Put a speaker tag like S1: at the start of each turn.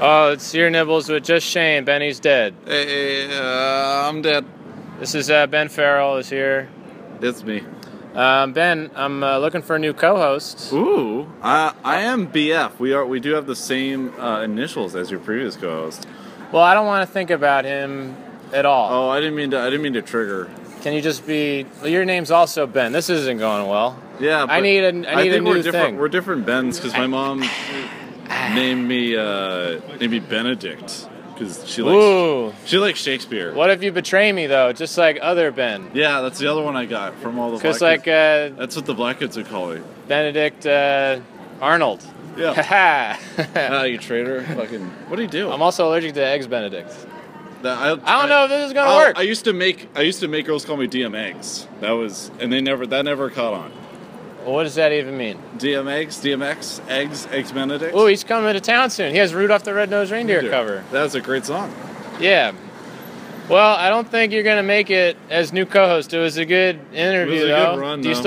S1: Oh, it's your nibbles with just Shane. Benny's dead.
S2: Hey, uh, I'm dead.
S1: This is uh, Ben Farrell is here.
S2: It's me.
S1: Um, ben, I'm uh, looking for a new co-host.
S2: Ooh, I I am BF. We are we do have the same uh, initials as your previous co-host.
S1: Well, I don't want to think about him at all.
S2: Oh, I didn't mean to. I didn't mean to trigger.
S1: Can you just be? well, Your name's also Ben. This isn't going well.
S2: Yeah,
S1: I need a- I need a
S2: think
S1: new
S2: we're different.
S1: thing.
S2: We're different Bens because my mom named me uh, named me Benedict because she likes
S1: Ooh,
S2: she likes Shakespeare.
S1: what if you betray me though? Just like other Ben,
S2: Yeah, that's the other one I got from all the.
S1: because
S2: black
S1: like
S2: kids.
S1: uh,
S2: that's what the black kids would call me.
S1: Benedict uh, Arnold.
S2: Yeah.
S1: Ha ha.
S2: Ah, you traitor! Fucking. What do you do?
S1: I'm also allergic to eggs Benedict.
S2: That-
S1: I don't know if this is gonna
S2: I-
S1: work.
S2: I used to make I used to make girls call me DMX. That was and they never that never caught on.
S1: what does that even mean?
S2: DMX, DMX, eggs, eggs Benedict.
S1: Ooh, he's coming to town soon. He has Rudolph the Red-Nosed Reindeer cover.
S2: That was a great song.
S1: Yeah. Well, I don't think you're gonna make it as new co-host. It was a good interview,
S2: a good
S1: though.
S2: run,
S1: Do you
S2: though.